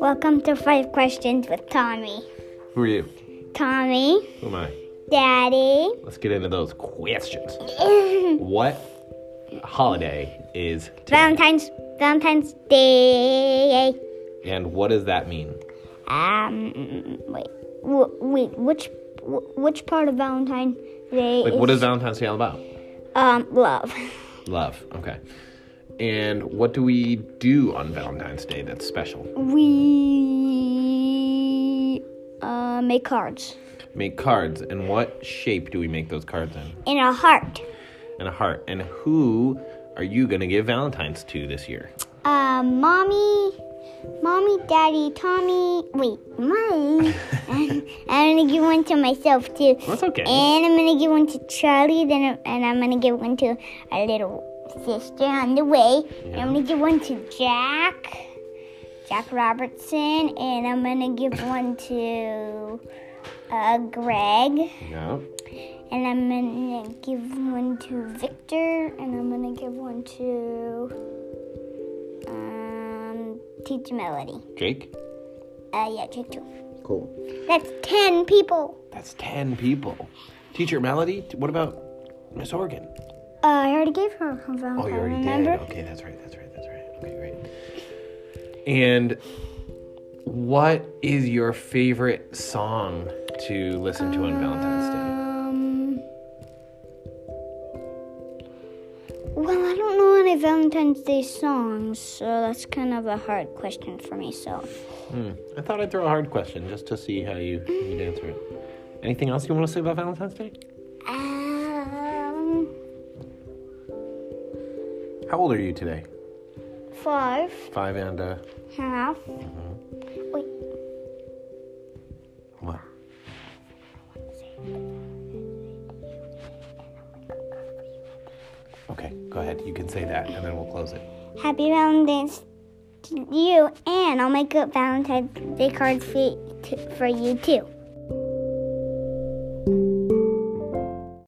Welcome to Five Questions with Tommy. Who are you? Tommy, Who am I? Daddy, Let's get into those questions. what holiday is today? Valentine's Valentine's Day. And what does that mean? Um, wait, w- wait, which wh- which part of Valentine's Day Like, is what is Valentine's Day all about? um love? Love. Okay. And what do we do on Valentine's Day that's special? We uh make cards Make cards. And what shape do we make those cards in? in a heart. And a heart. And who are you going to give Valentine's to this year? Uh, mommy, mommy, daddy, Tommy. Wait, mommy. I'm gonna give one to myself too. That's okay. And I'm gonna give one to Charlie. Then, and I'm gonna give one to our little sister on the way. And I'm gonna give one to Jack, Jack Robertson, and I'm gonna give one to uh, Greg. Yeah. And I'm gonna give one to Victor, and I'm gonna give one to um, Teacher Melody. Jake? Uh, yeah, Jake too. Cool. That's ten people. That's 10 people. Teacher Melody, what about Miss Organ? Uh, I already gave her her Valentine. Oh, you already remember? did. Okay, that's right. That's right. That's right. Okay, great. And what is your favorite song to listen to on Valentine's Day? Um. Well, I don't know any Valentine's Day songs, so that's kind of a hard question for me. So, Hmm. I thought I'd throw a hard question just to see how you you'd answer it. Anything else you want to say about Valentine's Day? um, How old are you today? five, Five and uh, half. Mm-hmm. Wait. what? Okay, go ahead. You can say that, and then we'll close it. Happy Valentine's to you, and I'll make up Valentine's Day cards for you, for you too.